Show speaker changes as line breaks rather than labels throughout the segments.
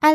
艾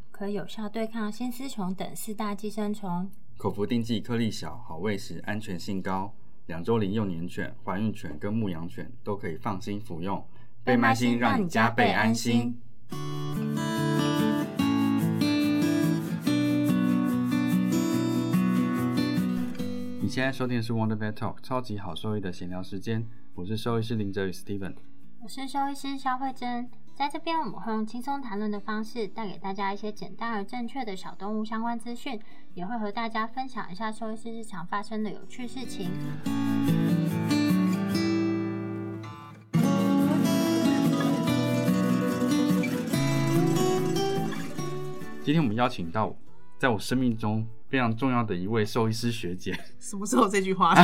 可有效对抗新丝虫等四大寄生虫。
口服定剂颗粒小，好喂食，安全性高。两周龄幼年犬、怀孕犬跟牧羊犬都可以放心服用。倍麦心让你加倍安心。。你现在收听的是 Wonder Vet Talk 超级好兽医的闲聊时间，我是兽医师林哲宇 Steven。
我是兽医师肖慧珍，在这边我们会用轻松谈论的方式，带给大家一些简单而正确的小动物相关资讯，也会和大家分享一下兽医师日常发生的有趣事情。
今天我们邀请到在我生命中非常重要的一位兽医师学姐，
什么时候这句话？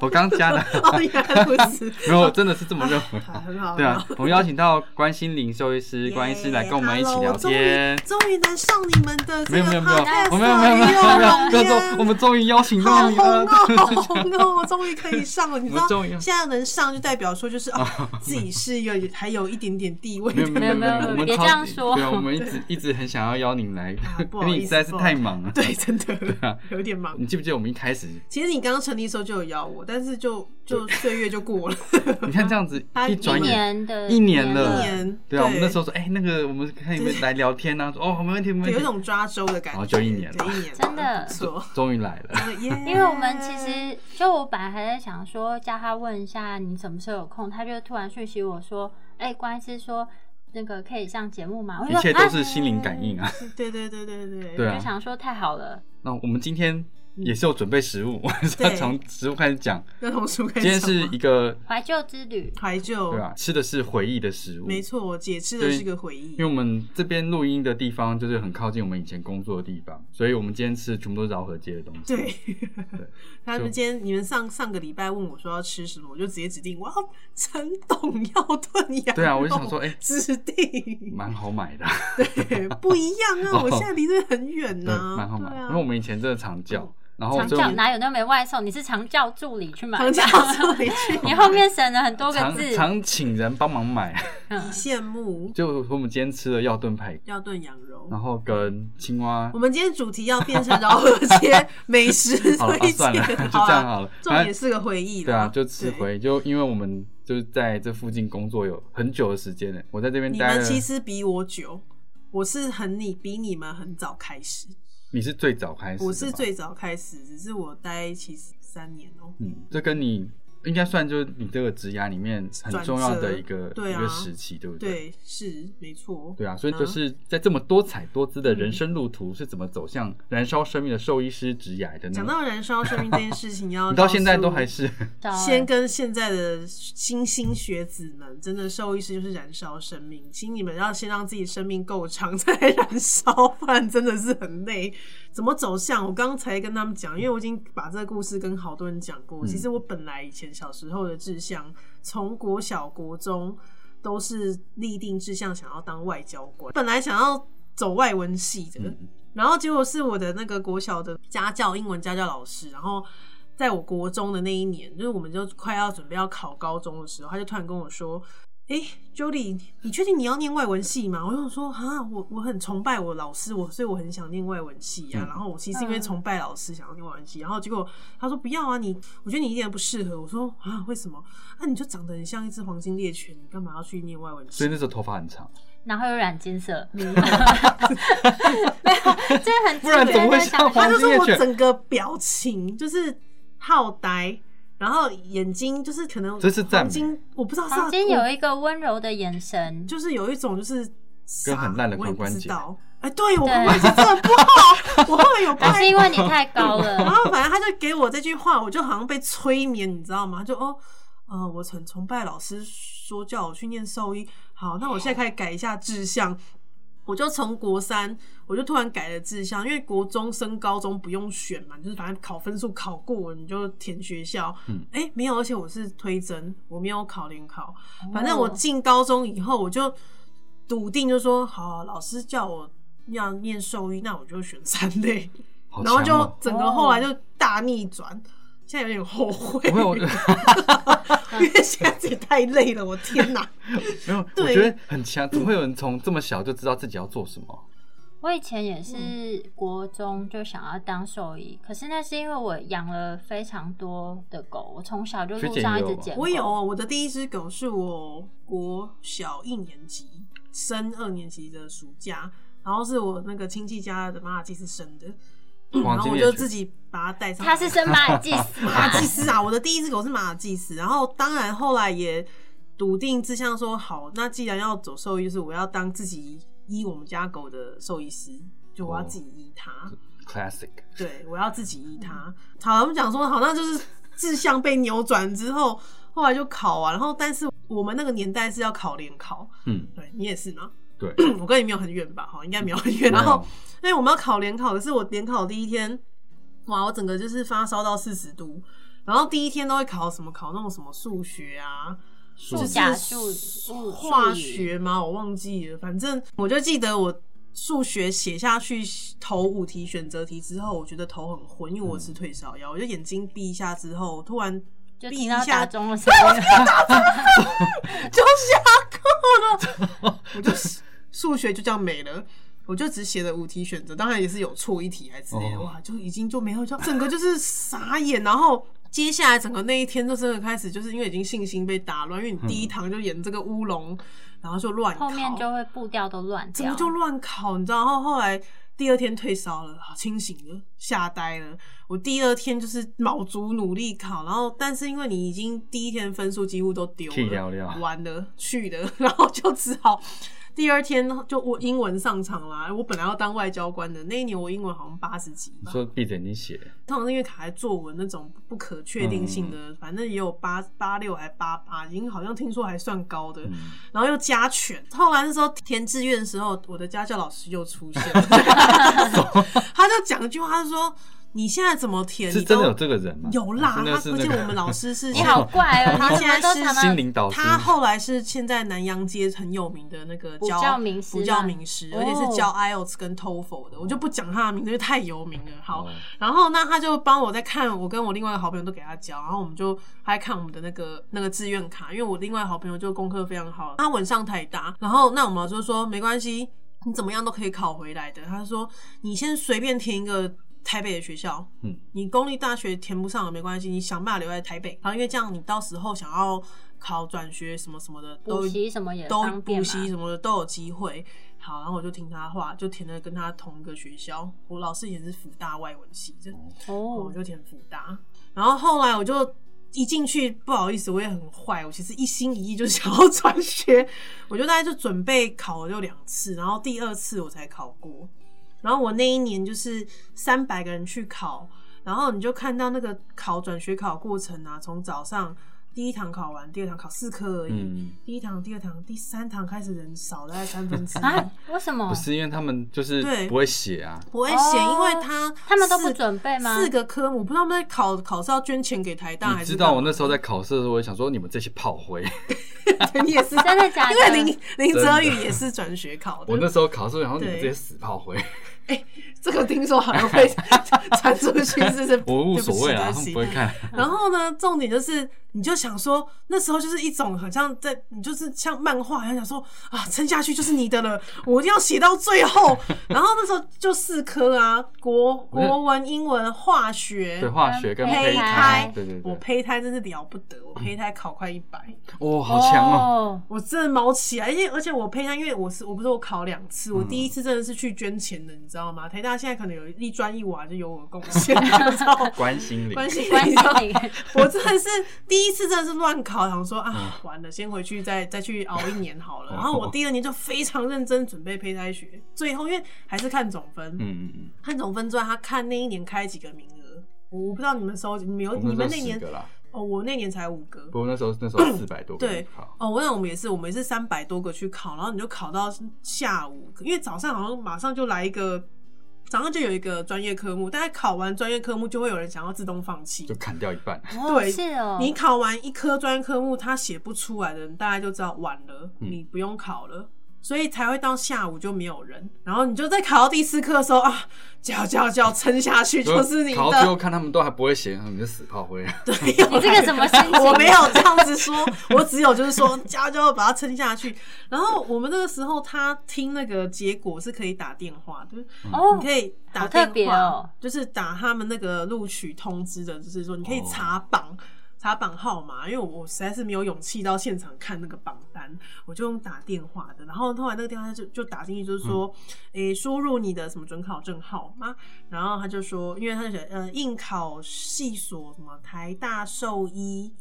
我刚加的，
哦，原来如此
啊 。没有，我真的是这么认为。
好，很好，
对啊
很好，，
我们邀请到关心灵兽医师、关医师来跟我们一起聊天
Hello，。终于终于能上你们的这
没有
个
没有没有，
podcast
我没有没有没有没有没有，观众，我们终于邀请到
好
你
红
了
哦，。好红哦，终于可以上了。你知
我
道
们终于哦
现在能上，就代表说就是啊，自己是有还有一点点地 位
没有
的。
没有没有，我们
别
超
这样
级
说
对啊，我们一直一直很想要邀您来
啊，不
因
好
为你
意
实
思
在是
不好
太忙了。
对，真的
啊
有点忙。
你记不记得我们一开始？
其实你刚刚成立的时候就有邀我，但是就就岁月 就过了
你看这样子
他
一
一
转眼。
年的
一年
一
了
年。
对啊，我们那时候说，哎，那个我们看有没有来聊天啊？说哦，没问题，没
对有
问
一
题。
种抓周的感
然后
觉，
哦就一年了
对一年了
真的
不错。
终于来了，
因
因为我们其实就我本来还在想说叫他问一下你什么时候有空，他就突然讯息我说：“哎、关医师说那个可以上节目吗？”我就
一
说
切都
啊
是心灵感应啊。
对对对对对
对
我就
啊，
想说太好了，
那我们今天也是有准备食物，我是要
对
从食物开始讲。
那童书
今
跟
天是一个
怀旧之旅。
怀旧，
对啊吧？吃的是回忆的食物，
没错，解释的
对
是个回忆
因为。我们这边录音的地方就是很靠近我们以前工作的地方，所以我们今天吃的全部都是饶河街的东西。
对，他们今天你们上上个礼拜问我说要吃什么，我就直接指定我要陈董要炖羊肉。
对啊，我就想说， 哎、
指定，
蛮好买 的，
对，不一样啊！
哦
我现在离这很远
对，
呢，
蛮好买的。
对啊
因为我们以前真的常叫，然后
长
所以我
教
们
哪有那么没外送？你是长教助理去买的，
长 江送回
你
去，
后面省了很多个
常
字。
常请人帮忙买，
嗯，
羡慕
就我们今天吃了药炖排骨，
要炖羊肉。
然后跟青蛙
我。们今天主题要变成饶河街美食
哦 好了、啊，
推
算了，就
荐，
这样
啦
好了。
重
反
点
正
是个回忆啦
对啊，就吃
对
回，就因为我们就是在这附近工作有很久的时间了，我在这边
你
待
们
了。
其实比我久，我是很你比你们很早开始，
你是最早开始的吧，
我是最早开始，只是我待其实三年哦、
嗯，这跟你应该算就是你这个职涯里面很重要的一个
转折对啊
一个时期，对不对？
对，嗯是没错。
对啊，所以就是在这么多彩多姿的人生路途，是怎么走向燃烧生命的兽医师职涯的
讲
呢？
到燃烧生命这件事情，要
你到
告诉
现在都还是
找
先跟现在的新兴学子们，真的兽医师就是燃烧生命，请你们要先让自己生命够长再来燃烧，不然真的是很累。怎么走向？我刚才跟他们讲，因为我已经把这个故事跟好多人讲过。
嗯
其实我本来以前小时候的志向，从国小、国中都是立定志向，想要当外交官，本来想要走外文系的，
嗯
然后结果是我的那个国小的家教英文家教老师，然后在我国中的那一年，就是我们就快要准备要考高中的时候，他就突然跟我说：“诶 j o d y 你确定你要念外文系吗？”我就说：“啊，我我很崇拜我老师，我所以我很想念外文系啊。
嗯
然后我其实因为崇拜老师想要念外文系，然后结果他说：“不要啊，你我觉得你一点都不适合。”我说：“啊，为什么？啊，你就长得很像一只黄金猎犬，你干嘛要去念外文系？”
所以那时候头发很长，
然后又染金 色，
没有
没有，这很
不然怎么会像
想
黄
他就
金
说
猎
我
犬？
整个表情就是好呆，然后眼睛就是可能
这是赞美
黄金，我不知道是
房间有一个温柔的眼神，
就是有一种就是傻
跟很烂的髋关节
我也不知道哎，对我
对
髋关节真的不好，我后来有
还是
拍。
因为你太高
然
了。
后反正他就给我这句话，我就好像被催眠，你知道吗？就哦，呃，我很崇拜老师说叫我去念兽医，好，那我现在开始改一下志向，我就从国三，我就突然改了志向，因为国中升高中不用选嘛，就是反正考分数考过你就填学校。
嗯，
哎、没有，而且我是推甄，我没有考联考。反正
哦
我进高中以后，我就笃定就说，好，老师叫我要念兽医，那我就选三类，
好
然后
强
就
哦
整个后来就大逆转。现在有点后悔，
不会 我
因为现在自己太累了，我天哪！
没有，我
对
觉得很强，怎么会有人从这么小就知道自己要做什么？
我以前也是
嗯
国中就想要当兽医，可是那是因为我养了非常多的狗，我从小就
学
路
姐
上一
有
直
吗
捡狗。
我有，哦我的第一只狗是我国小一年级升二年级的暑假，然后是我那个亲戚家的马尔济斯生的，
哇
然后
今天
我
也
就
学
自己把它带上来。
它是生马尔济斯
马
嘛
尔？济斯啊，我的第一只狗是马尔济斯，然后当然后来也笃定志向说，好，那既然要走兽医，就是我要当自己医我们家狗的兽医师，就我要自己医它。
classic，
对，我要自己医它。好，我们讲说，好像就是志向被扭转之后，后来就考啊，然后但是我们那个年代是要考联考，
嗯，
对你也是吗？
对，
我跟你没有很远吧？哈，应该没有很 远。然后，因哎为我们要考联考，可是我联考第一天，哇，我整个就是发烧到四十度，然后第一天都会考什么考那种什么数学啊，
数甲数数
化
数语
学吗？我忘记了，反正我就记得我数学写下去头五题选择题之后，我觉得头很昏，因为我吃退烧药，我就眼睛闭一下之后，突然
嗯就
闭一
听到打
下
钟的 声音，
就下课了， 我就数学就这样没了。我就只写了五题选择，当然也是有错一题还之类的，
哦
哇，就已经就没有，就整个就是傻眼。然后接下来整个那一天就真的开始，就是因为已经信心被打乱，因为你第一堂就演这个乌龙，然后就乱考，
嗯后面就会步调都乱
怎么
掉。
就乱考？你知道？然后后来第二天退烧了，好清醒了，吓呆了。我第二天就是卯足努力考，然后但是因为你已经第一天分数几乎都丢
屁
了，
聊聊
完了去了，然后就只好。第二天就我英文上场啦，我本来要当外交官的，那一年我英文好像八十几
你
吧，
说闭着眼睛写，
通常是因为卡在作文那种不可确定性的，反正也有八八六还八八，已经好像听说还算高的，
嗯，
然后又加权。后来那时候填志愿的时候，我的家教老师又出现 了，他就讲一句话，他就说：“你现在怎么填？
是
你都
真的有这个人吗？
有啦
还，是
他
那是
而
那
且
个
我们老师是
你好 怪哦！
他
你怎么
现
都
在是
常
心
常
灵导师，
他后来是现在南洋街很有名的那个
补
教
教名师
补教
吗
名师，
哦
而且是教 IELTS 跟 TOEFL 的，我就不讲他的名字，因为太有名了。好，
哦
然后那他就帮我在看，我跟我另外一个好朋友都给他教，然后我们就还看我们的那个那个志愿卡，因为我另外好朋友就功课非常好，他晚上太大，然后那我们老师就说没关系，你怎么样都可以考回来的。他说你先随便填一个台北的学校，
嗯，
你公立大学填不上也没关系，你想办法留在台北，然后因为这样你到时候想要考转学什么什么的都
补习什么也
都
方便
补
嘛
习什么的都有机会。好，然后我就听他话，就填了跟他同一个学校。我老师以前是辅大外文系的，我
哦，
就填辅大。然后后来我就一进去，不好意思，我也很坏，我其实一心一意就 想要转学，我就大概就准备考了就两次，然后第二次我才考过。然后我那一年就是三百个人去考，然后你就看到那个考转学考过程啊，从早上第一堂考完，第二堂考四科而已，
嗯，
第一堂、第二堂、第三堂开始人少大概三分之一。
啊，为什么
不？是因为他们就是
哦对
不会写啊，
不会写，
哦
因为他
他们都不
四
准备吗
四个科目，我不知道他们在考考试要捐钱给台大
你
还是
知
干嘛？
道我那时候在考试的时候，我也想说你们这些炮灰，
对 你也是
真的假的
因为林林泽宇
真的
也是转学考的。
我那时候考试，然后你们
对
这些死炮灰，
这个听说好 像会传出去，是不是？
我无所谓
对
啦，
不
他们
起对
不
不
会
起
看。
然后呢，重点就是，你就想说，那时候就是一种很像在，你就是像漫画一样想说啊，撑下去就是你 的了，我一定要写到最后。然后那时候就四科啊，国
我是
国文、英文、化学
对，化学跟
胚
胚
胎
对对对，嗯
我胚胎真是了不得，我胚胎考快一百，
哇，好强哦！
哦！
我真的毛起来，而且而且我胚胎，因为我是我不是我考两次，我
嗯
第一次真的是去捐钱的，你知道吗？台大现在可能有一砖一瓦就有我 的贡献，你知道吗
关心你，
关系
哦关
你知道
心你，
我真的是第一次，真的是乱考，想说啊，
嗯
完了，先回去再再去熬一年好
哦
了。然后我第二年就非常认真准备胚胎学，最后因为还是看总分，
嗯嗯嗯，
看总分之外，他看那一年开几个名额。我不知道你们收集，你们有
我
你
们
们
那
那
时候
年
十个啦，
哦，我那年才五个，
不过那时候那时 候四百多个
对
考，
哦，我那我们也是，我们也是三百多个去考，然后你就考到下午，因为早上好像马上就来一个，早上就有一个专业科目，大概考完专业科目就会有人想要自动放弃
就。砍掉一半。
哦
对
是哦，
你考完一科专业科目，他写不出来的人，大概就知道晚了，
嗯
你不用考了。所以才会到下午就没有人，然后你就在考到第四课的时候啊，叫叫叫撑下去就是你的。
考到最后看他们都还不会写，你就死炮灰啊了。
没有，
你这个怎么心情
我没有这样子说，我只有就是说，加就要把它撑下去。然后我们那个时候，他听那个结果是可以打电话的，
哦
你可以打
好特
电
别
话，
哦
就是打他们那个录取通知的，就是说你可以查榜。查榜号码，因为我我实在是没有勇气到现场看那个榜单，我就用打电话的。然后后来那个电话他就就打进去，就是说，诶、输入你的什么准考证号码，然后他就说，因为他就写呃应考系所什么台大兽医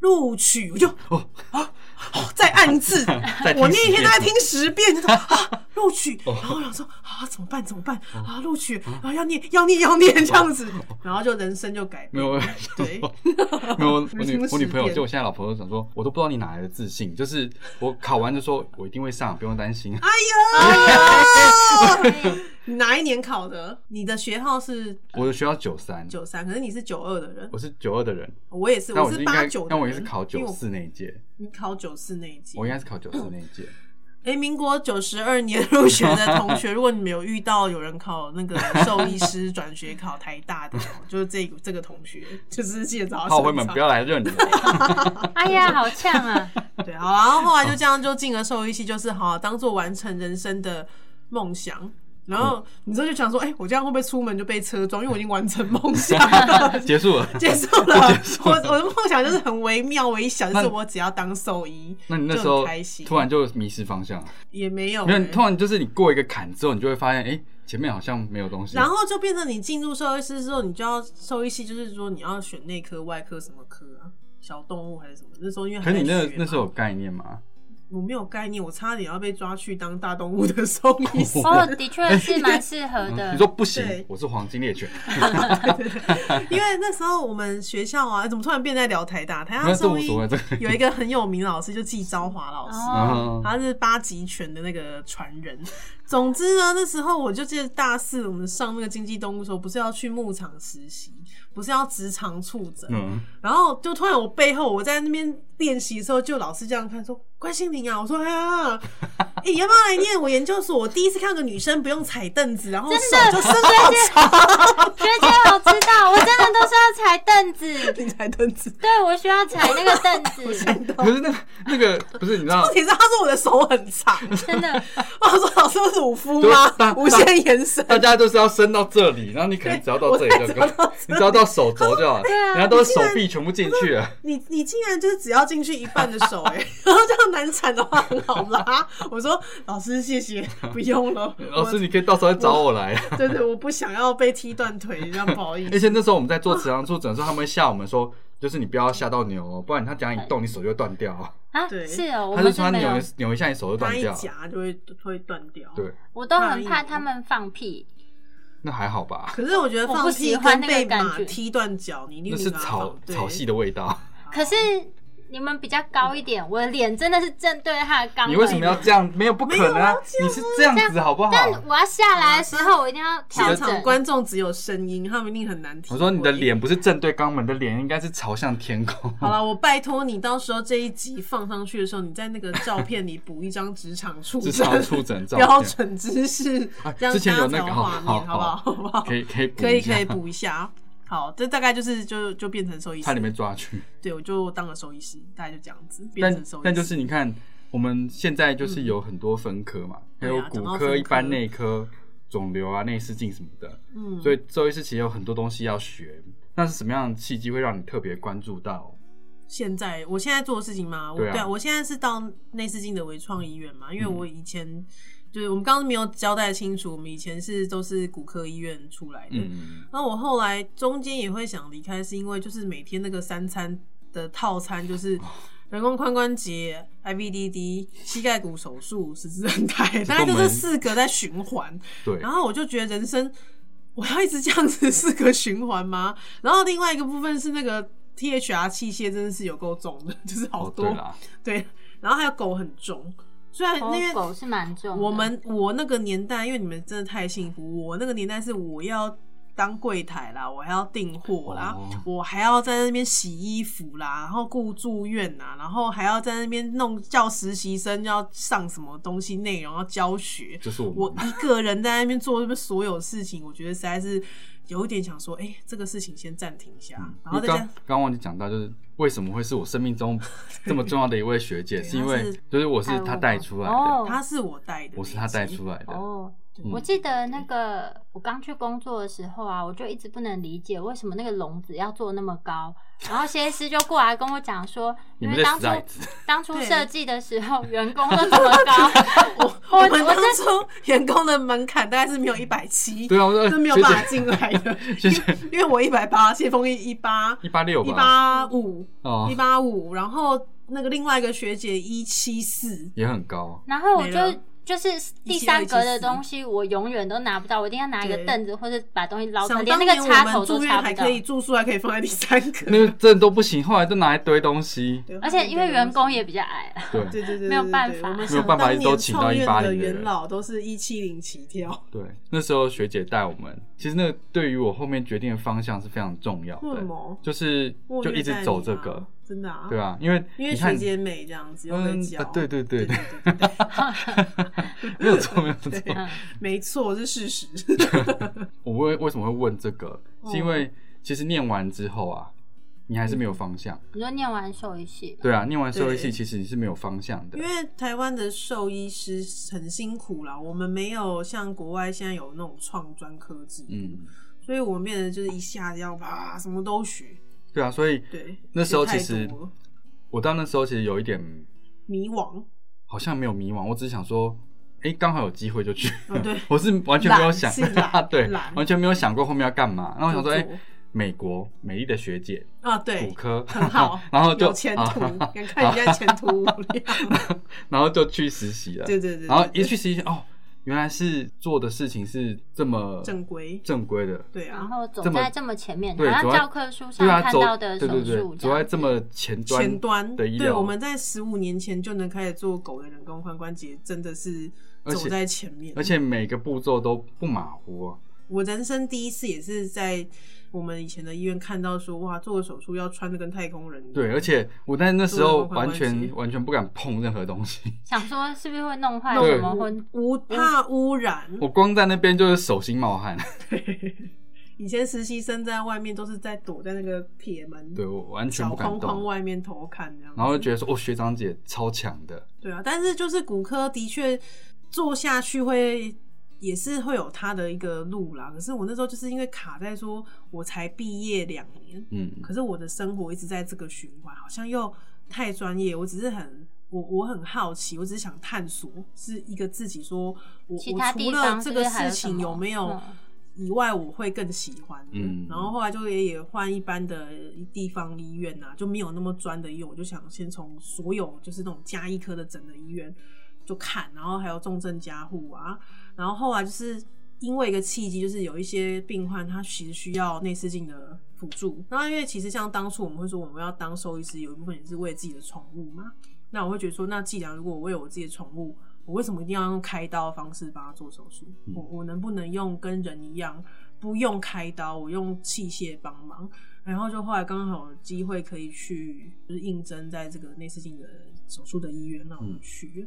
录取，我就
哦
哦再按一次
再，听
我那一
十遍哦
天大概听十遍，就说啊录取，然后我想说啊怎么办怎么办啊录取
嗯
啊要念要念要念这样子，然后就人生就改
哦没
变
有，哦
了，
我
对
没有，我
人
女
生
我女朋友
实践
就我现在老婆都想说，我都不知道你哪来的自信，就是我考完就说我一定会上，不用担心。
啊哎呦，
对
你哪一年考的？你的学号是
我的学校九三，
九三，可是你是九二的人
我，是九二的人，
我也是，
但
我
我
是
应
八
该
九，，
但我也是考
因
九
为我嗯
四那一届，
你考九四那一届，
我应该是考九四那一届。
哎、民国九十二年入学的 同学，如果你们有遇到有人考那个兽医师转学考台大的，哦就是这个这个同学，哦就是记得找他
炮灰
收
们
藏
不要来认我，
哎呀，好呛 啊！
对，好，然后后来就这样就进了兽医系，就是好当做完成人生的梦想。
嗯
然后你这就想说，哎、我这样会不会出门就被车撞？因为我已经完成 梦想 了
结束了。
结束了。我我的梦想就是很微妙微小，就
那
是我只要当兽医，
那你那
就
时
很
候
开心，
突然就迷失方向了，
也没有、
没有，
哎
你突然就是你过一个坎之后，你就会发现，哎，前面好像没有东西。
然后就变成你进入兽医师之后，你就要兽医系，就是说你要选内科、外科什么科啊，小动物还是什么？那时候因为
可
还
是
在
你那
学嘛
那时候有概念吗？
我没有概念，我差点要被抓去当大动物的兽医师。
哦，的确是蛮适合的。
嗯
你说不行
对，啊
我是黄金猎犬，
因为那时候我们学校啊，怎么突然变在聊台大？台大
那这
兽
无
医
所谓，这个
有一个很有名的老师，就季昭华老师。
哦，
嗯
他是八极拳的那个传人。总之呢，那时候我就记得大四我们上那个经济动物的时候，不是要去牧场实习，不是要职场触诊，
嗯，
然后就突然我背后我在那边练习的时候，就老师这样看说关心你啊，我说哎呀， 哎、你要不要来念我研究所？我第一次看到个女生不用踩凳子，然后手 就伸到
学姐好知道，我真的都是要踩凳子，
你踩凳子。
对我需要踩那个凳 子，
可是那那个不是你知道
哦重，点是他说我的手 很长，
真的
我说老师我是乳夫
对大
吗？无限延伸。
大家都是要伸到这里，然后你可能只要到这里就够
我才只要到这里，
你只要到手肘就好，
啊
人家都是手臂全部进去了。
你你竟然就是只要进去一半的手 哎、然后这样难产的话很好拉。我说老师谢谢，不用了。
老师，你可以到时候再找我来。
我对对，我不想要被踢断腿，这样不好意
而
思。
且那时候我们在做磁场触诊的时候，他们会吓我们说，就是你不要吓到牛哦，不然他只要一动，你手就会断掉哦。
啊，
对
是哦，我
他就
们
说
是
他
没
扭
有
一，扭一下，你手就断
它一
掉了。
夹就会会断掉。
对，，
我都很怕他们放屁，
那还好吧？
可是我觉得
我不
放
喜
屁
欢
跟
那个
被
感
马
觉
踢断脚，你一定
那
没
是
办法
草
对
草系的味道。
可是你们比较高一点，我的脸真的是正对他的肛门。
你为什么要这样？没有不可能啊！你是这样子好不好？
但我要下来的时候，我一定要调
现
整
场。观众只有声音，他们一定很难听。
我说你的。脸不是正对肛门，你的脸应该是朝向天空。
好了，我拜托你，到时候这一集放上去的时候，你在那个照片里补一张职场处
职场触诊照片
标准姿势
啊，
这样
之前有那
搭
个
成
好
画
好
面，好不
好
好？好不好？
可以可以补
可以
一下
可以补一下。好，这大概就是就就变成兽医师，
差点被抓去。
对我就当了兽医师，大概就这样子变
但
成兽医师。
但就是你看，我们现在就是有很多分科嘛，还
嗯对啊
有
讲
骨
到分
科、
科
一般内科、肿瘤啊、内视镜什么的，
嗯，
所以周医师其实有很多东西要学。那是什么样的契机会让你特别关注到？
现在我现在做的事情吗？我
对啊嗯
我现在是到内视镜的微创医院嘛，因为我以前、就是我们刚刚没有交代清楚，我们以前是都是骨科医院出来的。
嗯，
那我后来中间也会想离开，是因为就是每天那个三餐的套餐就是
哦
人工髋关节、IVDD、膝盖骨手术、十字韧带，大概就
我们
这四个在循环。
对
然。后我就觉得人生我要一直这样子四个循环吗？然后另外一个部分是那个 THR 器械真的是有够重的，就是好
哦，
多、
对啦，
对，然后还有狗很重，虽然
哦
因为
狗是蛮重的，
我们我那个年代，因为你们真的太幸福，我那个年代是我要当柜台啦，我还要订货啦，
哦
我还要在那边洗衣服啦，然后顾住院呐，然后还要在那边弄叫实习生要上什么东西内容要教学，
就是我
我
们
一个人在那边做这边所有事情，我觉得实在是有一点想说，哎、这个事情先暂停一下，然后
因为嗯
再
刚
加
刚刚忘记讲到，就是为什么会是我生命中这么重要的一位学姐，
对
是因
她
为
是
就是我是她带出来的，嗯
哦
他是我带的那一集，
我是她带出来的，
哦，
对
我记得那个我刚去工作的时候啊，我就一直不能理解为什么那个笼子要做那么高。然后谢医师就过来跟我讲说，
你
因
们
为当
在死
初
崽子，
当初
对
设计的时候，员工都这么 高，
我
我
们
我
当
真
初员工的门槛大概是没有一百 七，
对啊，我 说
是没有
学
办法
姐
进来的，
学姐
因为因为我一百八，谢峰一一八
一八六吧，
一八五
哦
一，八五，然后那个另外一个学姐一七四，
也很高，啊
然后我
没
就
了
就是第三格的东西，我永远都拿不到，我一定要拿一个
对
凳子或者把东西捞出来，
想
连
当
那
年
个
我
插头
们
都
住院
插
还
不到
可。以住宿还可以放在第三
那
个，
个真的都不行，后来都拿来堆东西，
对
而且因为员工也比较矮，啊
对
对对对对
没有办法
对对我们
没有办法
想当
都
年
请到
创
180
院
的
的
人
元老都是一七零起跳，
对，那时候学姐带我们，其实那个对于我后面决定的方向是非常重要
为什
的，
么？
就是
我
就
虐
一直
待
走
你
这
啊
个，，
真的啊，
对，啊，因为
因为
你看
学姐美这样子又会
嗯
教
啊，对对对对
对对，对对。
没有错没有错。
嗯，
没错，这是事实。
我为为什么会问这个，是因
哦
为其实念完之后啊，你还是没有方向。
你说念完兽医系，
对啊，念完社会系
对
其实你是没有方向的
因。为台湾的兽医师很辛苦啦，我们没有像国外现在有那种创专科制度，
嗯，
所以我们变得就是一下子要啪什么都学。
对啊，所以
对，
那时候其
学太
实
多了
我到那时候其实有一点
迷惘，
好像没有迷茫，我只是想说，哎、刚好有机会就去。
哦对
我是完全没有
懒
想
是，懒
对，
懒
完全没有想过后面要干嘛。然后我想说，
就
哎、
做
美国美丽的学姐，
啊，
骨
对，
科
很好
，然后就
有前途
啊，
你看人家前途无量。
然后就去实习了。
对对对，
然后
对
一去实习，哦，原来是做的事情是这么
正规，
正规的，
对
然
啊，
后走
这么
在这么前面，好
对
像
走在
教科书上
对啊，
看
走
到的
对
手
对
术
对，
这
走在
样。
这么前端
前端
的医疗，
对，我们在十五年前就能开始做狗的人工髋关节，真的是
而且
走在前面，
而且每个步骤都不马虎哦。
我人生第一次也是在我们以前的医院看到说，哇，做个手术要穿的跟太空人一样。
对，而且我在那时候完
做了公关关
全
系
完全不敢碰任何东西，
想说是不是会弄坏
弄
什
对
么，或
无怕污染。
我光在那边就是手心冒汗。
以前实习生在外面都是在躲在那个铁门、
对我完全
小
不敢
框框
动，
外面偷看这样。
然后就觉得说，哦，学长姐超强的，
对啊，但是就是骨科的确做下去会也是会有它的一个路啦。可是我那时候就是因为卡在说，我才毕业两年，
嗯，
可是我的生活一直在这个循环，好像又太专业。我只是很我我很好奇，我只是想探索，是一个自己说我
其他
我
地
除
方
了
是
这
不是
个
还有
事
什么
情有没有
嗯
以外，我会更喜欢。
嗯
然后后来就也也换一般的地方医院呐、就没有那么专的医院，我就想先从所有就是那种加医科的整的医院就看，然后还有重症加护啊，然后后来就是因为一个契机，就是有一些病患他其实需要内视镜的辅助。那因为其实像当初我们会说我们要当兽医师，有一部分也是为自己的宠物嘛。那我会觉得说，那既然如果我为我自己的宠物，我为什么一定要用开刀的方式帮它做手术？
嗯
我我能不能用跟人一样，不用开刀，我用器械帮忙？然后就后来刚好有机会可以去，就是应征在这个内视镜的手术的医院，那我
嗯
就去。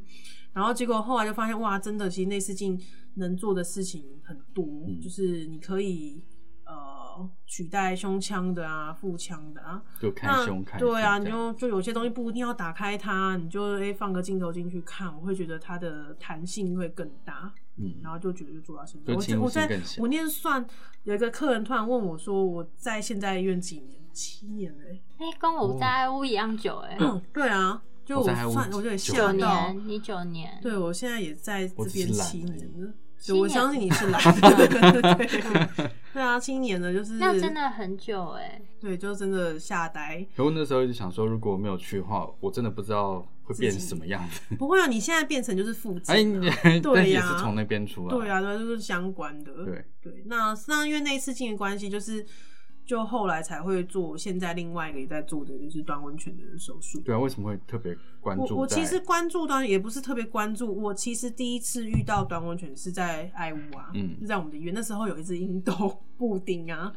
然后结果后来就发现，哇，真的，其实内视镜能做的事情很多，
嗯
就是你可以呃取代胸腔的啊、腹腔的啊，
就看胸
那
看
对啊，
腹
你
这样
就就有些东西不一定要打开它，你就诶、放个镜头进去看，我会觉得它的弹性会更大，
嗯
然后就觉得就做到现在。
就
我
侵
在
入
我
性
在
更小
我念算有一个客人突然问我说，我在现在医院几年？七年嘞、
哎、跟我
哦
在屋一样久哎、
对啊，就
我
我
在还有
算我就也
九
九
吓到。
年，你九年，
对，我现在也在这
我只
边
是懒
七
而
年
已
了，
七
对，我
年
相信你是 懒的，对，对啊，七年了就是
那真的很久哎、
对，就真的吓呆。
可我那时候就想说，如果没有去的话，我真的不知道会变成什么样子。
不会啊，你现在变成就 是副
哎，
检
你
啊，
但
对
也
呀
是从那边出来。
啊对，啊，对啊，就是相关的，
对，
对。那那因为那一次进的关系，就是就后来才会做现在另外一个也在做的就是端温泉的手术。
对啊，为什么会特别关注
我我
在
其实关注端也不是特别关注，我其实第一次遇到端温泉是在爱屋啊，
嗯
是在我们的医院，那时候有一只鹰斗布丁啊，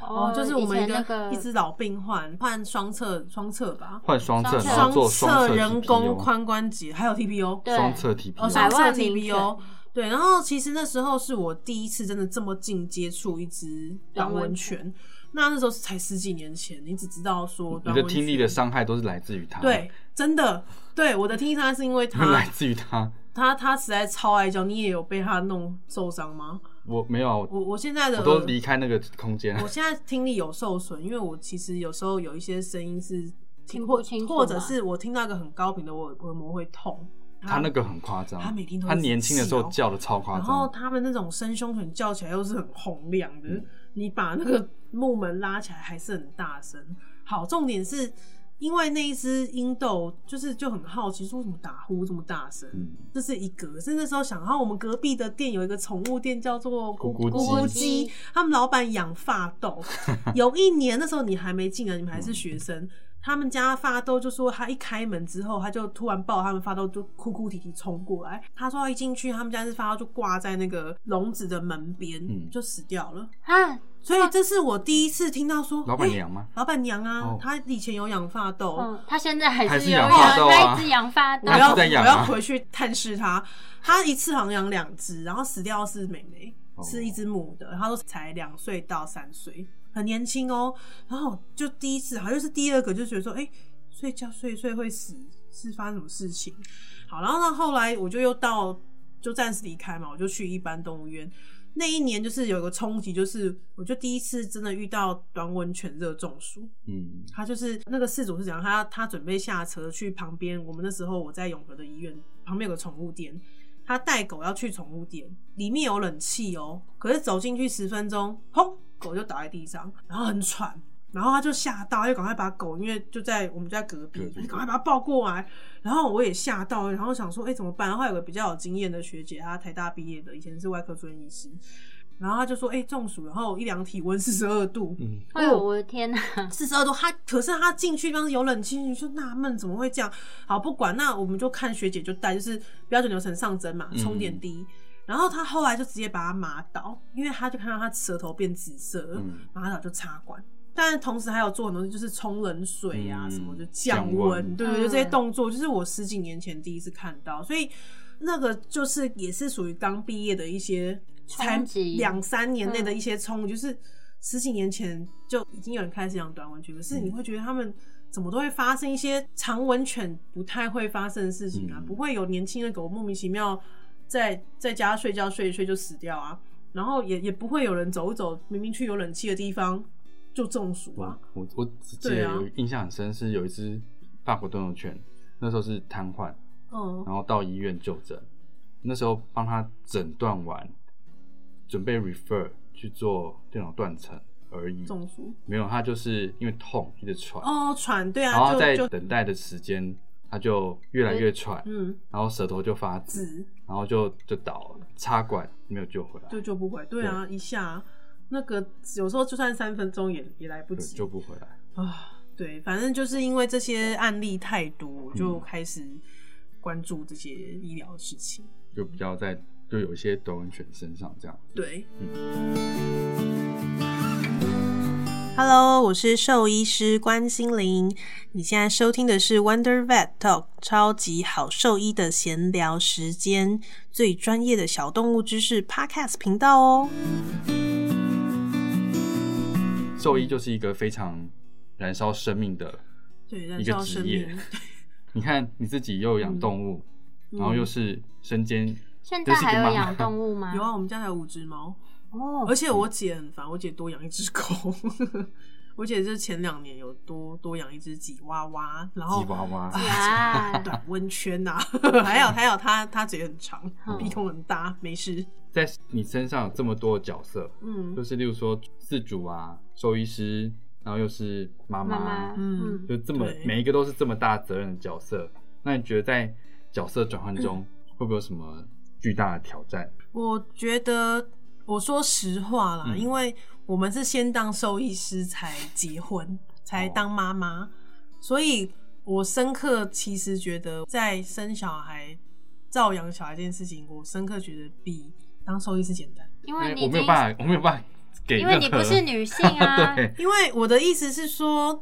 哦
哦，就是我们一
以前
个、
那个
一只老病患患双侧双侧吧，
换双
双
侧，
侧
然后做
侧
侧
人
TPO
工髋关节还有 TPO，
对
双侧 TPO，
哦，
百
双侧
万名
TPO，对，然后其实那时候是我第一次真的这么近接触一只短
短
吻
吻
泉，那那时候是才十几年前，你只知道说
你
短
的
吻
听力
泉
的伤害都是来自于他，
对，，真的对我的听力伤害是因为他
来自于他。
他他实在超爱叫，你也有被他弄受伤吗？
我没有啊，我
我我现在的
我都离开那个空间了
我。现在听力有受损，因为我其实有时候有一些声音是
听不
或
清楚
或者
嘛
是我听到一个很高频的，我耳膜会痛。
他那个很夸张，
他每天都
他年轻的时候
叫。
叫的超夸
然后
张，
他们那种伸胸犬叫起来又是很洪亮的，
嗯
你把那个木门拉起来还是很大声。好，重点是因为那一只英斗就是就很好奇，说怎么打呼这么大声。
嗯，
这是一格，是那时候想，然后我们隔壁的店有一个宠物店叫做
咕咕
咕
鸡
咕鸡，他们老板养发豆。有一年那时候你还没进来，你们还是学生，他们家发豆就说他一开门之后，他就突然抱他们发豆就哭哭啼啼冲过来。他说他一进去，他们家是发豆就挂在那个笼子的门边，
嗯
就死掉了。
啊，
所以这是我第一次听到说
老板。
欸
娘吗？
老板娘啊
哦，
她以前有养发豆，
嗯，他现在还
还
是
是
有
养发豆啊
那一只养发豆
我，要
还是在养
我要
啊
回去探视它。它一次好像养两只，然后死掉的是妹妹，
哦
哎是一只母的，它都才两岁到三岁，很年轻哦。然后就第一次，好像是第二个，就觉得说，哎、睡觉睡一睡会死，是发生什么事情？好，然后呢，后来我就又到，就暂时离开嘛，我就去一般动物园。那一年就是有一个冲击，就是我就第一次真的遇到短吻犬热中暑。
嗯，
他就是那个事主是讲他他准备下车去旁边，我们那时候我在永和的医院旁边有个宠物店，他带狗要去宠物店，里面有冷气哦，可是走进去十分钟，砰，狗就倒在地上，然后很喘。然后他就吓到，就赶快把狗，因为就在我们就在隔壁
对，对对
赶快把它抱过来。然后我也吓到，然后想说，哎、怎么办？然后有个比较有经验的学姐，她台大毕业的，以前是外科住院医师，然后她就说，哎、中暑，然后一量体温四十二度，
嗯
哎呦我的天哪，
四十二度，他可是他进去地方是有冷气，你就纳闷怎么会这样？好，不管，那我们就看学姐就带，就是标准流程上针嘛，
嗯
冲点滴。然后他后来就直接把他麻倒，因为他就看到他舌头变紫色了，
嗯
麻倒就插管。但同时还有做很多就是冲冷水啊，
嗯
什么就降
降
温，
温
对对对，
嗯
这些动作就是我十几年前第一次看到，所以那个就是也是属于刚毕业的一些才
冲击
两三年内的
嗯
一些冲，就是十几年前就已经有人开始养短吻犬，可是你
嗯
会觉得他们怎么都会发生一些长吻犬不太会发生的事情啊，
嗯
不会有年轻的狗莫名其妙在在家睡觉睡一睡就死掉啊，然后也也不会有人走一走，明明去有冷气的地方就中暑啊
我。我我只记
对
得
啊
有印象很深，是有一只法国斗牛犬，那时候是瘫痪，
嗯，
然后到医院就诊，那时候帮他诊断完，准备 refer 去做电脑断层而已，
中暑
没有，他就是因为痛一直喘，
哦，喘对
然
啊，
后在
就就
等待的时间，他就越来越喘，
嗯
然后舌头就发紫，
紫
然后就就倒了，插管没有救回来，
就救不回来，对啊，一下那个有时候就算三分钟也也来不
对
及，
救不回来。
啊，对，反正就是因为这些案例太多，我就开始关注这些医疗事情。
就比较在就有一些短吻犬身上这样。
对、h e l l o 我是兽医师关心玲，你现在收听的是 Wonder Vet Talk 超级好兽医的闲聊时间，最专业的小动物知识 Podcast 频道哦。
兽医就是一个非常燃烧生命的，
对，燃
一个
烧
职
生
业
命，
你看你自己又养动物，
嗯
然后又是身兼，
现在还
这是一个妈
有
妈
养动物吗？
有啊，我们家还有五只猫。
哦
而，且我姐很烦，我姐多养一只狗。 我姐就是前两年有多多养一只吉娃娃，然后啊
吉娃娃
哦
哇，
短温圈呐、还有还有它它嘴很长，
嗯
鼻孔很大，没事。
在你身上有这么多的角色，
嗯
就是例如说饲主啊、兽医师，然后又是妈
妈妈，
嗯
嗯，
就这么
对
每一个都是这么大责任的角色。那你觉得在
嗯
角色转换中，会不会有什么巨大的挑战？
我觉得我说实话啦，
嗯
因为我们是先当兽医师才结婚，才当妈妈，所以我深刻其实觉得在生小孩、照养小孩这件事情，我深刻觉得比当兽医师简单。
因
因
哎
为
为你
我
已
没有
经，
办法，我没有办法给
因
任
为
何，
你不是 女性 啊，
对，
因为我的意思是说，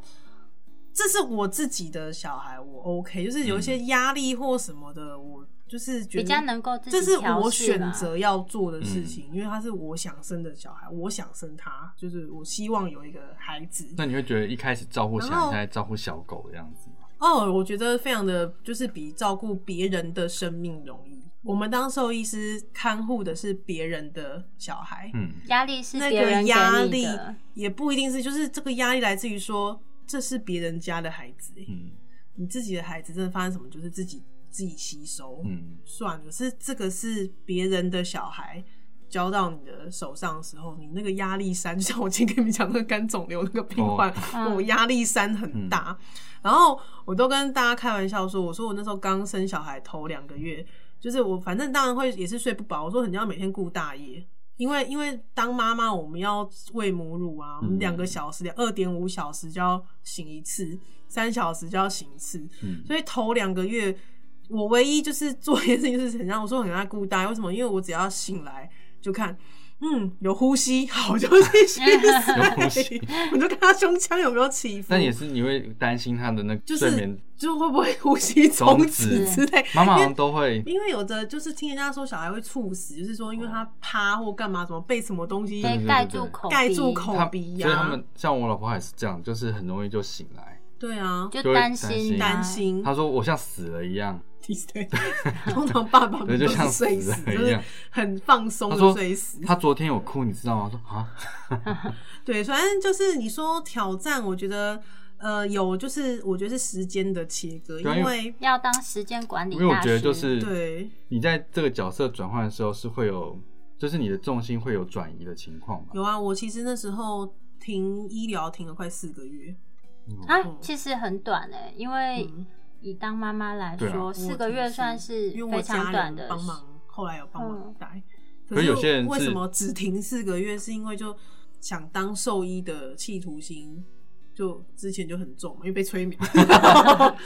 这是我自己的小孩，我 OK，就是有一些压力或什么的，我就是觉得
比较能够自己
这是
调
我
试
选
啦
择要做的事情，因为他是我想生的小孩，我想生他，就是我希望有一个孩子。
那你会觉得一开始照顾小
然
孩，
后
现在照顾小狗的样子吗？
哦，我觉得非常的就是比照顾别人的生命容易。我们当兽医师看护的是别人的小孩，
嗯，
压力是
那
别
个
人给
压
你
力
的，
也不一定是，就是这个压力来自于说这是别人家的孩子、欸
嗯
你自己的孩子真的发生什么，就是自己自己吸收，
嗯
算了。是这个是别人的小孩交到你的手上的时候，你那个压力山，就像我今天跟你讲那个肝肿瘤那个病患，
嗯
我压力山很大。然后我都跟大家开玩笑说，我说我那时候刚生小孩头两个月，就是我反正当然会也是睡不饱，我说你要每天顾大夜。因为因为当妈妈，我们要喂母乳啊，我们
嗯
两个小时、二点五小时就要醒一次，三小时就要醒一次，
嗯，
所以头两个月，我唯一就是做一件事情，就是很像我说很爱孤单，为什么？因为我只要醒来就看，嗯，有呼吸，好，我就 去吸
呼
水
吸，
我就看他胸腔有没有起伏，
但也是你会担心他的那个
就
睡
是
眠，
就会不会呼吸终
终
止
止
之类。
妈妈好
因
像
为
都会，
因为有的就是听人家说小孩会猝死，就是说因为他趴或干嘛，什么被什么东西
对
被盖住口鼻，
盖住口
他
鼻
所以他
呀、
们像我老婆也是这样，就是很容易就醒来。
对啊，
就
就会
担
担心
啊
担。心。
她说我像死了一样，
对，通常爸爸
对，
们
就
都
像
是
死
睡死，
了
就
一
是
样。
很放松
她
的
说
睡死。
她昨天有哭，你知道吗？我说啊，
对，反正就是你说挑战，我觉得呃有，就是我觉得是时间的切割，
对啊
因
因
为
要当时间管理
因
大师，
为我觉得就是
对
你在这个角色转换的时候是会有，就是你的重心会有转移的情况嘛。
有啊，我其实那时候停医疗停了快四个月，
啊
嗯，
其实很短哎、因为
嗯
以当妈妈来
对啊
说，四个月算是
因为
非
我
常
家
短
人
的
帮忙，后来有帮忙
嗯
带。
可是有些人
为
是
什么只停四个月？是因为就想当兽医的企图心。就之前就很重嘛，因为被催眠。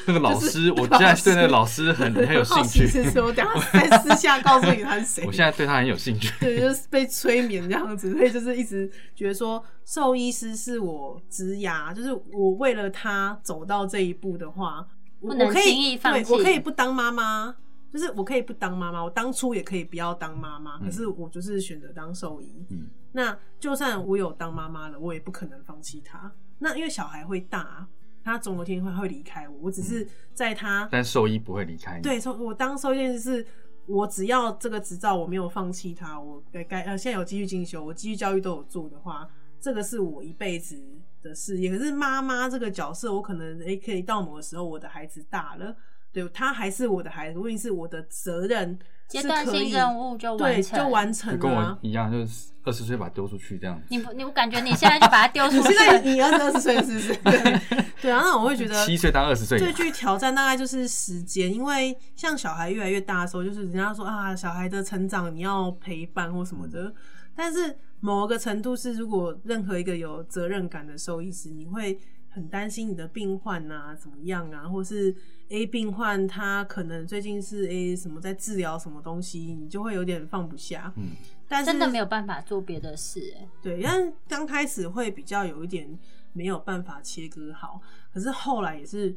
那个老师，我现在对那个老师 很很有兴
好奇是
趣，
说，等一下在私下告诉你他是谁。
我现在对他很有兴趣。
对，就是被催眠这样子，所以就是一直觉得说，兽医师是我职涯，就是我为了他走到这一步的话，我
不能
我可以
轻易放弃
对我可以不当妈妈，就是我可以不当妈妈，我当初也可以不要当妈妈，
嗯
可是我就是选择当兽医。
嗯
那就算我有当妈妈了，我也不可能放弃他。那因为小孩会大，他总有一天会会离开我，我只是在他
但兽医不会离开你。
对，从我当收件是，我只要这个执照我没有放弃它，我该该呃现在有继续进修，我继续教育都有做的话，这个是我一辈子的事业。可是妈妈这个角色，我可能诶、可以到某个时候，我的孩子大了，对他还是我的孩子，问题是我的责任
阶
是
段
可
性
以
任务就
对
完成，
就完成
就
了
跟我
啊、
一样，就是二十岁把它丢出去这样子。
你不，你我感觉你现在就把它丢出
你
去
现在
了，
你二十二十岁是不是？ 对对啊，那我会觉得
七岁当二十岁，
最具挑战大概就是时间，因为像小孩越来越大的时候，就是人家说啊，小孩的成长你要陪伴或什么的。但是某个程度是，如果任何一个有责任感的兽医师，你会很担心你的病患啊怎么样啊，或是 A 病患他可能最近是 A 什么在治疗什么东西，你就会有点放不下。
嗯，
但是
真的没有办法做别的事、欸，
对，但刚开始会比较有一点没有办法切割好，可是后来也是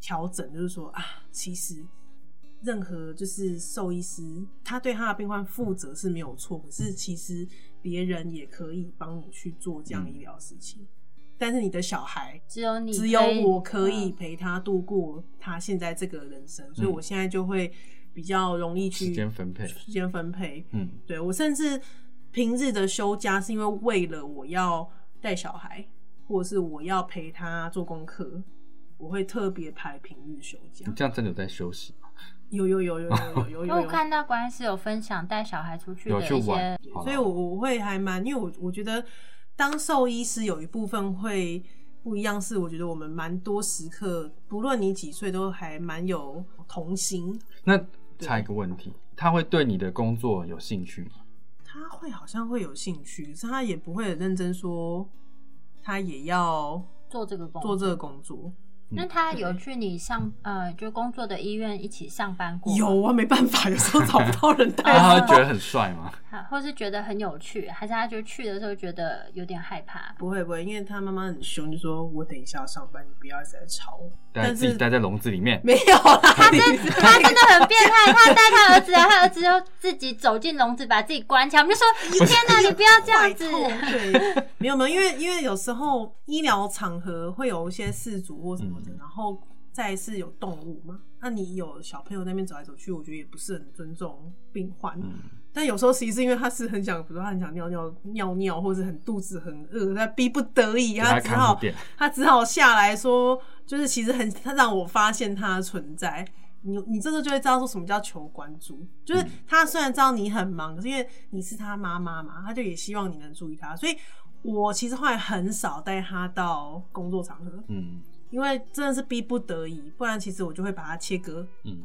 调整，就是说啊，其实任何就是兽医师，他对他的病患负责是没有错，可是其实别人也可以帮你去做这样
嗯
的医疗事情，但是你的小孩。
只有你
只
可以嗯
有我可以陪他度过他现在这个人生，所以
嗯
我现在就会比较容易去
时间分配
时间分配，
嗯，
对我甚至平日的休假是因为为了我要带小孩，或者是我要陪他做功课，我会特别排平日休假
你。这样真的有在休息吗？
有有有有有有有 有
因
有
为我看到关是有分享带小孩出去
有
的
去
一
玩
些，，
好啦
所以我我会还蛮，因为我我觉得当兽医师有一部分会不一样，是我觉得我们蛮多时刻，不论你几岁，都还蛮有童心。
那插一个问题，他会对你的工作有兴趣吗？
他会好像会有兴趣，可是他也不会很认真说他也要
做这个工
做
作。
这个工作。
那
嗯
他有去你上呃，就工作的医院一起上班过吗？
有啊，没办法，有时候找不到人 带
啊啊
路。
他会觉得很帅吗？
啊，或是觉得很有趣，还是他就去的时候觉得有点害 怕？
不会不会，因为他妈妈很凶，就说我等一下要上班，你不要一直在吵我。
待
但
自己
是
待在笼子里面，
没有啦，
他
他
真的很变态，他带他儿子来，他儿子就自己走进笼子，把自己关起来。我们就说：天哪，你不要这样子！
对，没有没有，因为因为有时候医疗场合会有一些事主或什么的，
嗯
然后再是有动物嘛，那你有小朋友在那边走来走去，我觉得也不是很尊重病患。
嗯，
但有时候其实是因为他是很想，比如说他很想尿尿尿尿，或者很肚子很饿，他逼不得已，
给他
只
看
好
护点，
他只好下来说，就是其实很他让我发现他的存在。你你这时候就会知道说什么叫求关注，就是他虽然知道你很忙，可是因为你是他妈妈嘛，他就也希望你能注意他，所以我其实后来很少带他到工作场合，
嗯
因为真的是逼不得已，不然其实我就会把他切割
嗯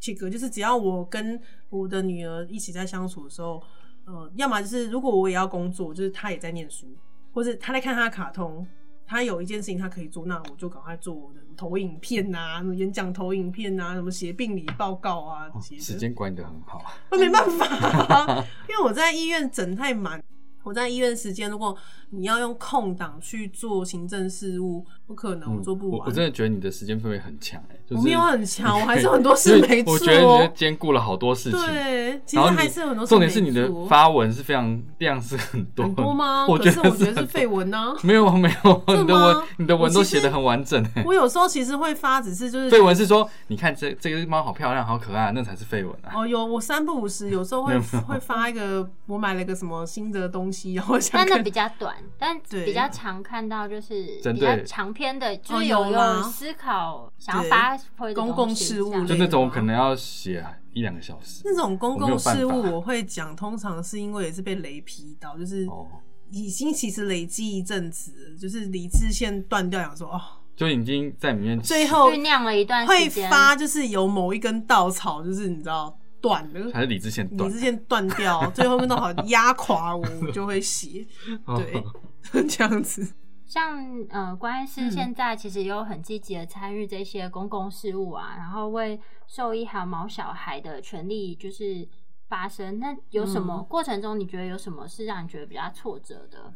切割，就是只要我跟我的女儿一起在相处的时候，呃，要么就是如果我也要工作，就是她也在念书，或者她在看她的卡通，她有一件事情她可以做，那我就赶快做我的投影片啊，什么演讲投影片啊，什么写病理报告啊
哦
这些
时
的。
间管理的很好，
我没办法、啊， 因为我在医院整太满。我在医院时间，如果你要用空档去做行政事务，不可能，我
嗯
做不
我
完。
我真的觉得你的时间分配很强哎，就是
我没有很强我还是很多事没做哦
我觉得你兼顾了好多事情，
对，其实
然后你
还是有很多事
重点是你的
没做哦
发文是非常量是很多
很多吗？
我
可
觉
是我
得
觉得是
很
废文啊呢、
没有啊没有，
真的
你的
吗
文你的文都
我其实
写的很完整哎。
我有时候其实会发，只是就是
废文是说，你看这这个猫好漂亮，好可爱，那才是废文啊。
哦，有我三不五时，有时候
没
会
有没有
会发一个我买了个什么新的东西，然后想
但那
看
比较短，但
对
比较常看到就是
针
比较
对
长篇的，就
哦
是
有
有有
吗
思考想要
对
发挥的
公
东
共
西
事
这
务
样
类
就
的
那种可能要写一两个小时。
那种公
我没有
共
办法
事务，我会讲，通常是因为也是被雷劈到，就是
哦，
已经其实累积一阵子了，就是理智线断掉，想说哦，
就已经在里面
最后
酝酿了一段
会
时间，
发，就是有某一根稻草，就是你知道断了。
还是理智线
理
断
智。线断 掉，最后面都好压垮我，我就会写，
哦
对， 这样子。
像呃，关医师
嗯
现在其实也有很积极的参与这些公共事务啊，然后为兽医还有毛小孩的权利就是发声。那有什么、
嗯
过程中，你觉得有什么是让你觉得比较挫折的？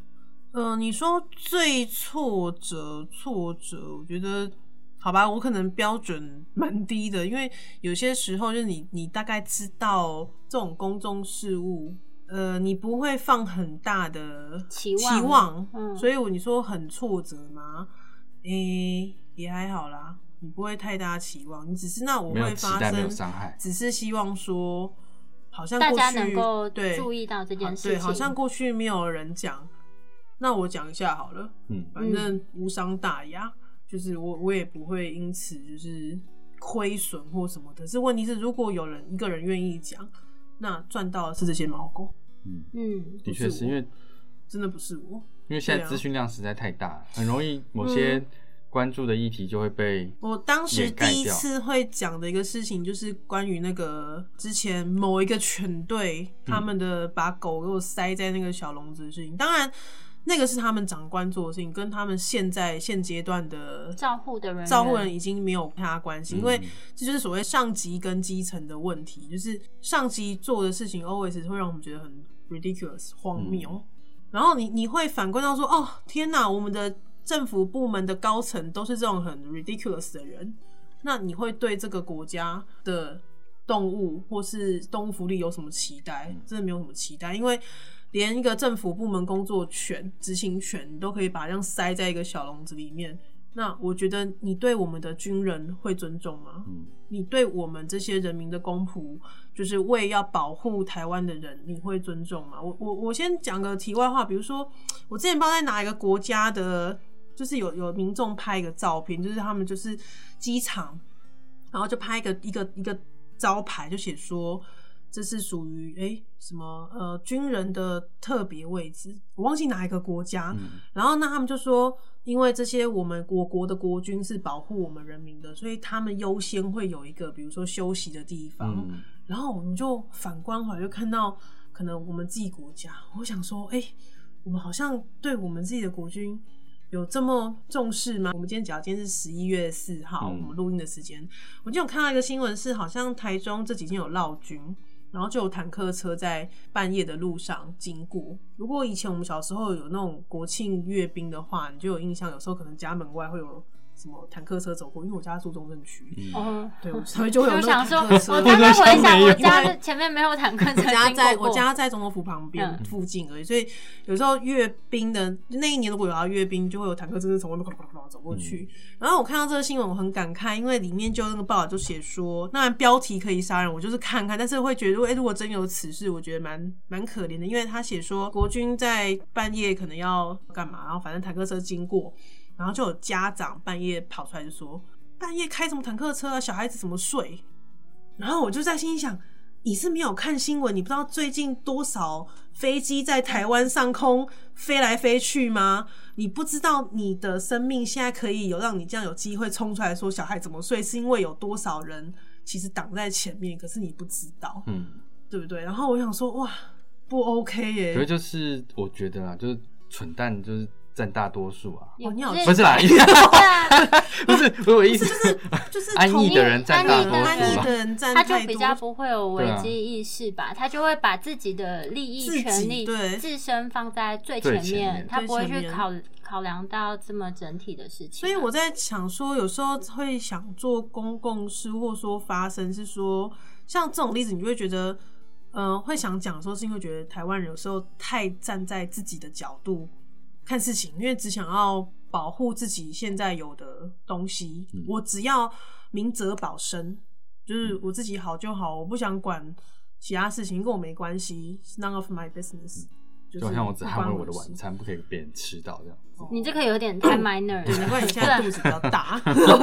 呃，你说最挫折，挫折，我觉得好吧，我可能标准蛮低的，因为有些时候就是你，你大概知道这种公众事务，呃，你不会放很大的
期望
望，
嗯
所以我你说很挫折吗？诶、也还好啦，你不会太大期望，你只是那我
没有
会
期
发
待没有
生
伤害
只是希望说，好像
大
过
家
去
能够
对
注意到这件
好
事情，
对，好像过去没有人讲，那我讲一下好了，
嗯，
反正无伤大雅，就是我我也不会因此就是亏损或什么的。是问题是，如果有人一个人愿意讲，那赚到的是这些毛狗，
嗯，
嗯，
的确是因为
真的不是我。
因为现在
对啊
资讯量实在太大了，很容易某些
嗯
关注的议题就会被
我当时
掩盖
第一
掉
次会讲的一个事情，就是关于那个之前某一个犬队
嗯
他们的把狗给我塞在那个小笼子的事情。当然，那个是他们长官做的事情，跟他们现在现阶段的
照护的人员
照顾人已经没有太大关系，
嗯
因为这就是所谓上级跟基层的问题，就是上级做的事情 always 会让我们觉得很 ridiculous 荒谬，
嗯
然后你你会反观到说，哦天哪，我们的政府部门的高层都是这种很 ridiculous 的人，那你会对这个国家的动物或是动物福利有什么期待
嗯？
真的没有什么期待，因为连一个政府部门工作权、执行权，你都可以把这样塞在一个小笼子里面。那我觉得你对我们的军人会尊重吗？
嗯
你对我们这些人民的公仆，就是为要保护台湾的人，你会尊重吗？我我我先讲个题外话，比如说我之前不知道在哪一个国家的，就是有有民众拍一个照片，就是他们就是机场，然后就拍一个一个一个招牌，就写说这是属于诶什么呃军人的特别位置，我忘记哪一个国家，
嗯
然后那他们就说，因为这些我们我国的国军是保护我们人民的，所以他们优先会有一个比如说休息的地方。
嗯
然后我们就反观回来，就看到可可能我们自己国家，我想说，哎、我们好像对我们自己的国军有这么重视吗？我们今天讲，今天是十一月四号，
嗯
我们录音的时间，我就有看到一个新闻是，好像台中这几天有闹军。然后就有坦克车在半夜的路上经过。如果以前我们小时候有那种国庆阅兵的话，你就有印象，有时候可能家门外会有什么坦克车走过，因为我家住中正区，
嗯
哦，
对， 我才会就会有那
就
种
想
坦
说，
克车。
我刚刚回想，
没有
我家的前面没有坦克车
我家
经
在
过
我
过。
家在总统府旁边
嗯
附近而已，所以有时候阅兵的那一年，如果有要阅兵，就会有坦克真的从外面哐哐哐哐走过去。然后我看到这个新闻，我很感慨，因为里面就那个报道就写说，当然标题可以杀人，我就是看看，但是会觉得，哎、如果真有此事，我觉得蛮蛮可怜的，因为他写说国军在半夜可能要干嘛，然后反正坦克车经过，然后就有家长半夜跑出来就说，半夜开什么坦克车啊，小孩子怎么睡？然后我就在心里想，你是没有看新闻，你不知道最近多少飞机在台湾上空飞来飞去吗？你不知道你的生命现在可以有让你这样有机会冲出来说小孩怎么睡，是因为有多少人其实挡在前面，可是你不知道，
嗯，
对不对？然后我想说，哇，不 OK 耶、
可是就是我觉得啦，就是蠢蛋就是占大多数 啊，
也
哦你好
不是啦，
对啊，
不是，不是我意思
就是
安
同
逸的人占大
同
多
意
安逸
数啊吧
的。人占
他就
太
比
多
较不会有危
对啊
机意识吧，他就会把自己的利
自
益、
己
权利、
对
自身放在最
最
前
前面
面，他
最
不会
前
去
面
考考量到这么整体的事情啊。
所以我在想说，有时候会想做公共事，或说发生是说，像这种例子，你就会觉得，嗯、会想讲说，是因为觉得台湾人有时候太站在自己的角度看事情，因为只想要保护自己现在有的东西，
嗯
我只要明哲保身，就是我自己好就好，我不想管其他事情，跟我没关系，It's，none of my business。就
嗯就好
是
像我只
不
捍
关
卫
我
我的
事
晚，餐，不哦可以给别人吃到这样。
你这个有点 太 minor
对，难怪你 现在
了。啊
肚子比较大。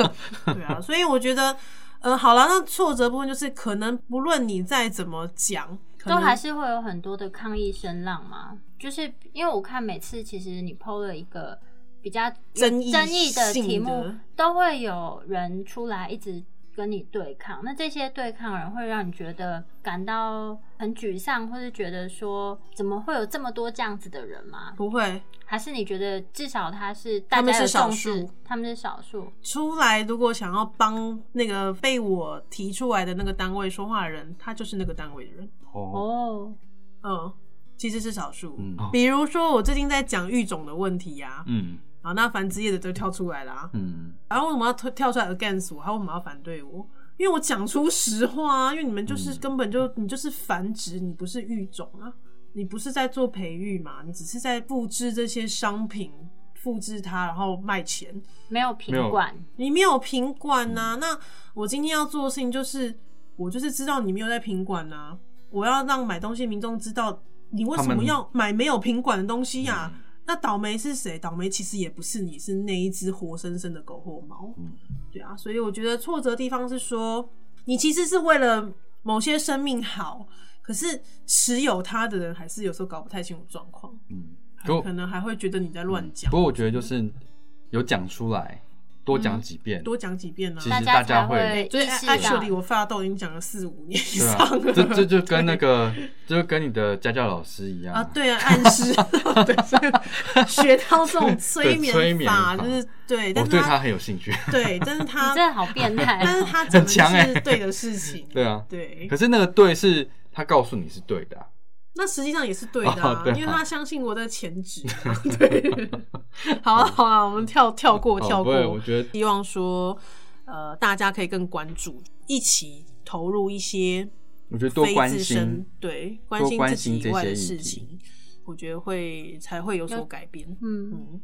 对啊，所以我觉得，呃，好了，那挫折部分就是可能不论你再怎么讲，可
都
能
还是会有很多的抗议声浪嘛，就是因为我看每次其实你 PO 了一个比较
争议
争议的
性
题目
的，
都会有人出来一直跟你对抗。那这些对抗人会让你觉得感到很沮丧，或是觉得说怎么会有这么多这样子的人吗？
不会
还是你觉得至少他是大
们
家有
是少
重视
数，
他们是少数，
出来。如果想要帮那个被我提出来的那个单位说话的人，他就是那个单位的人。
哦，
哦，
嗯，其实是少数。
嗯
比如说，我最近在讲育种的问题呀、啊，
嗯
好，那繁殖业的都跳出来啦、啊
嗯，
然后为什么要跳跳出来 against 我？他为什么要反对我？因为我讲出实话啊！因为你们就是
嗯
根本就、你就是繁殖，你不是育种啊，你不是在做培育嘛，你只是在复制这些商品，复制它然后卖钱，
没有
没
品
有
管，
你没有品管呐、
嗯
那我今天要做的事情就是，我就是知道你没有在品管呐、啊我要让买东西民众知道你为什
他
么
们
要买没有品管的东西呀、
嗯
那倒霉是谁？倒霉其实也不是你，是那一只活生生的狗或猫。
嗯
对啊，所以我觉得挫折的地方是说，你其实是为了某些生命好，可是持有它的人还是有时候搞不太清楚状况，
嗯，可我
可能还会觉得你在乱讲。
不过我觉得就是有讲出来，多讲几遍，
多讲几遍啊
其。实
家
大
才
家会
会
所
意
以
识
actually
到。
我发豆已经讲了四五年以
对
上
啊
了，，
这这就跟那个，这就跟你的家教老师一样
啊，对啊，暗 示对，所以 学到这种催眠
对催眠法
法，就是对，
我
但是
对他很有兴趣。
对，但是
你
他
真的好变态
但是
哦，
他讲的
哎很强
是
欸
对的事情，
对啊，
对
可，是那个对是他告诉你是对的啊、
那实际上也是对的、
哦
啊，
对啊
因为他相信我的潜质 啊、对，好啊，好啊，我们跳跳过，
哦
跳
不
过。
会我觉得
希望说，呃，大家可以更关注，一起投入一些
我觉得多
非
关
自身
心
对，关心
关
自己
心
以
这
外
些
的
议
事
题
情，我觉得会才会有所改变。
嗯。
嗯，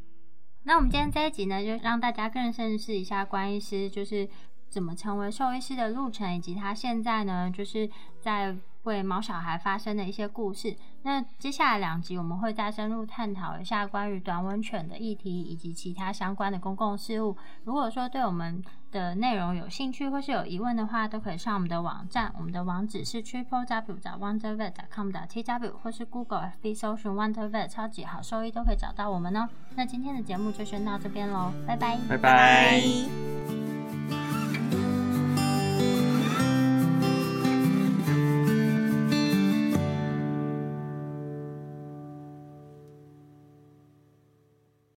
那我们今天这一集呢，就让大家更认识一下关医师，就是怎么成为兽医师的路程，以及他现在呢，就是在为毛小孩发生的一些故事。那接下来两集我们会再深入探讨一下关于短吻犬的议题，以及其他相关的公共事务。如果说对我们的内容有兴趣或是有疑问的话，都可以上我们的网站，我们的网址是 triple w wonder vet com t w 或是 Google FB 搜寻 wonder vet 超级好兽医都可以找到我们哦。那今天的节目就先到这边喽，拜拜。
拜拜。
拜。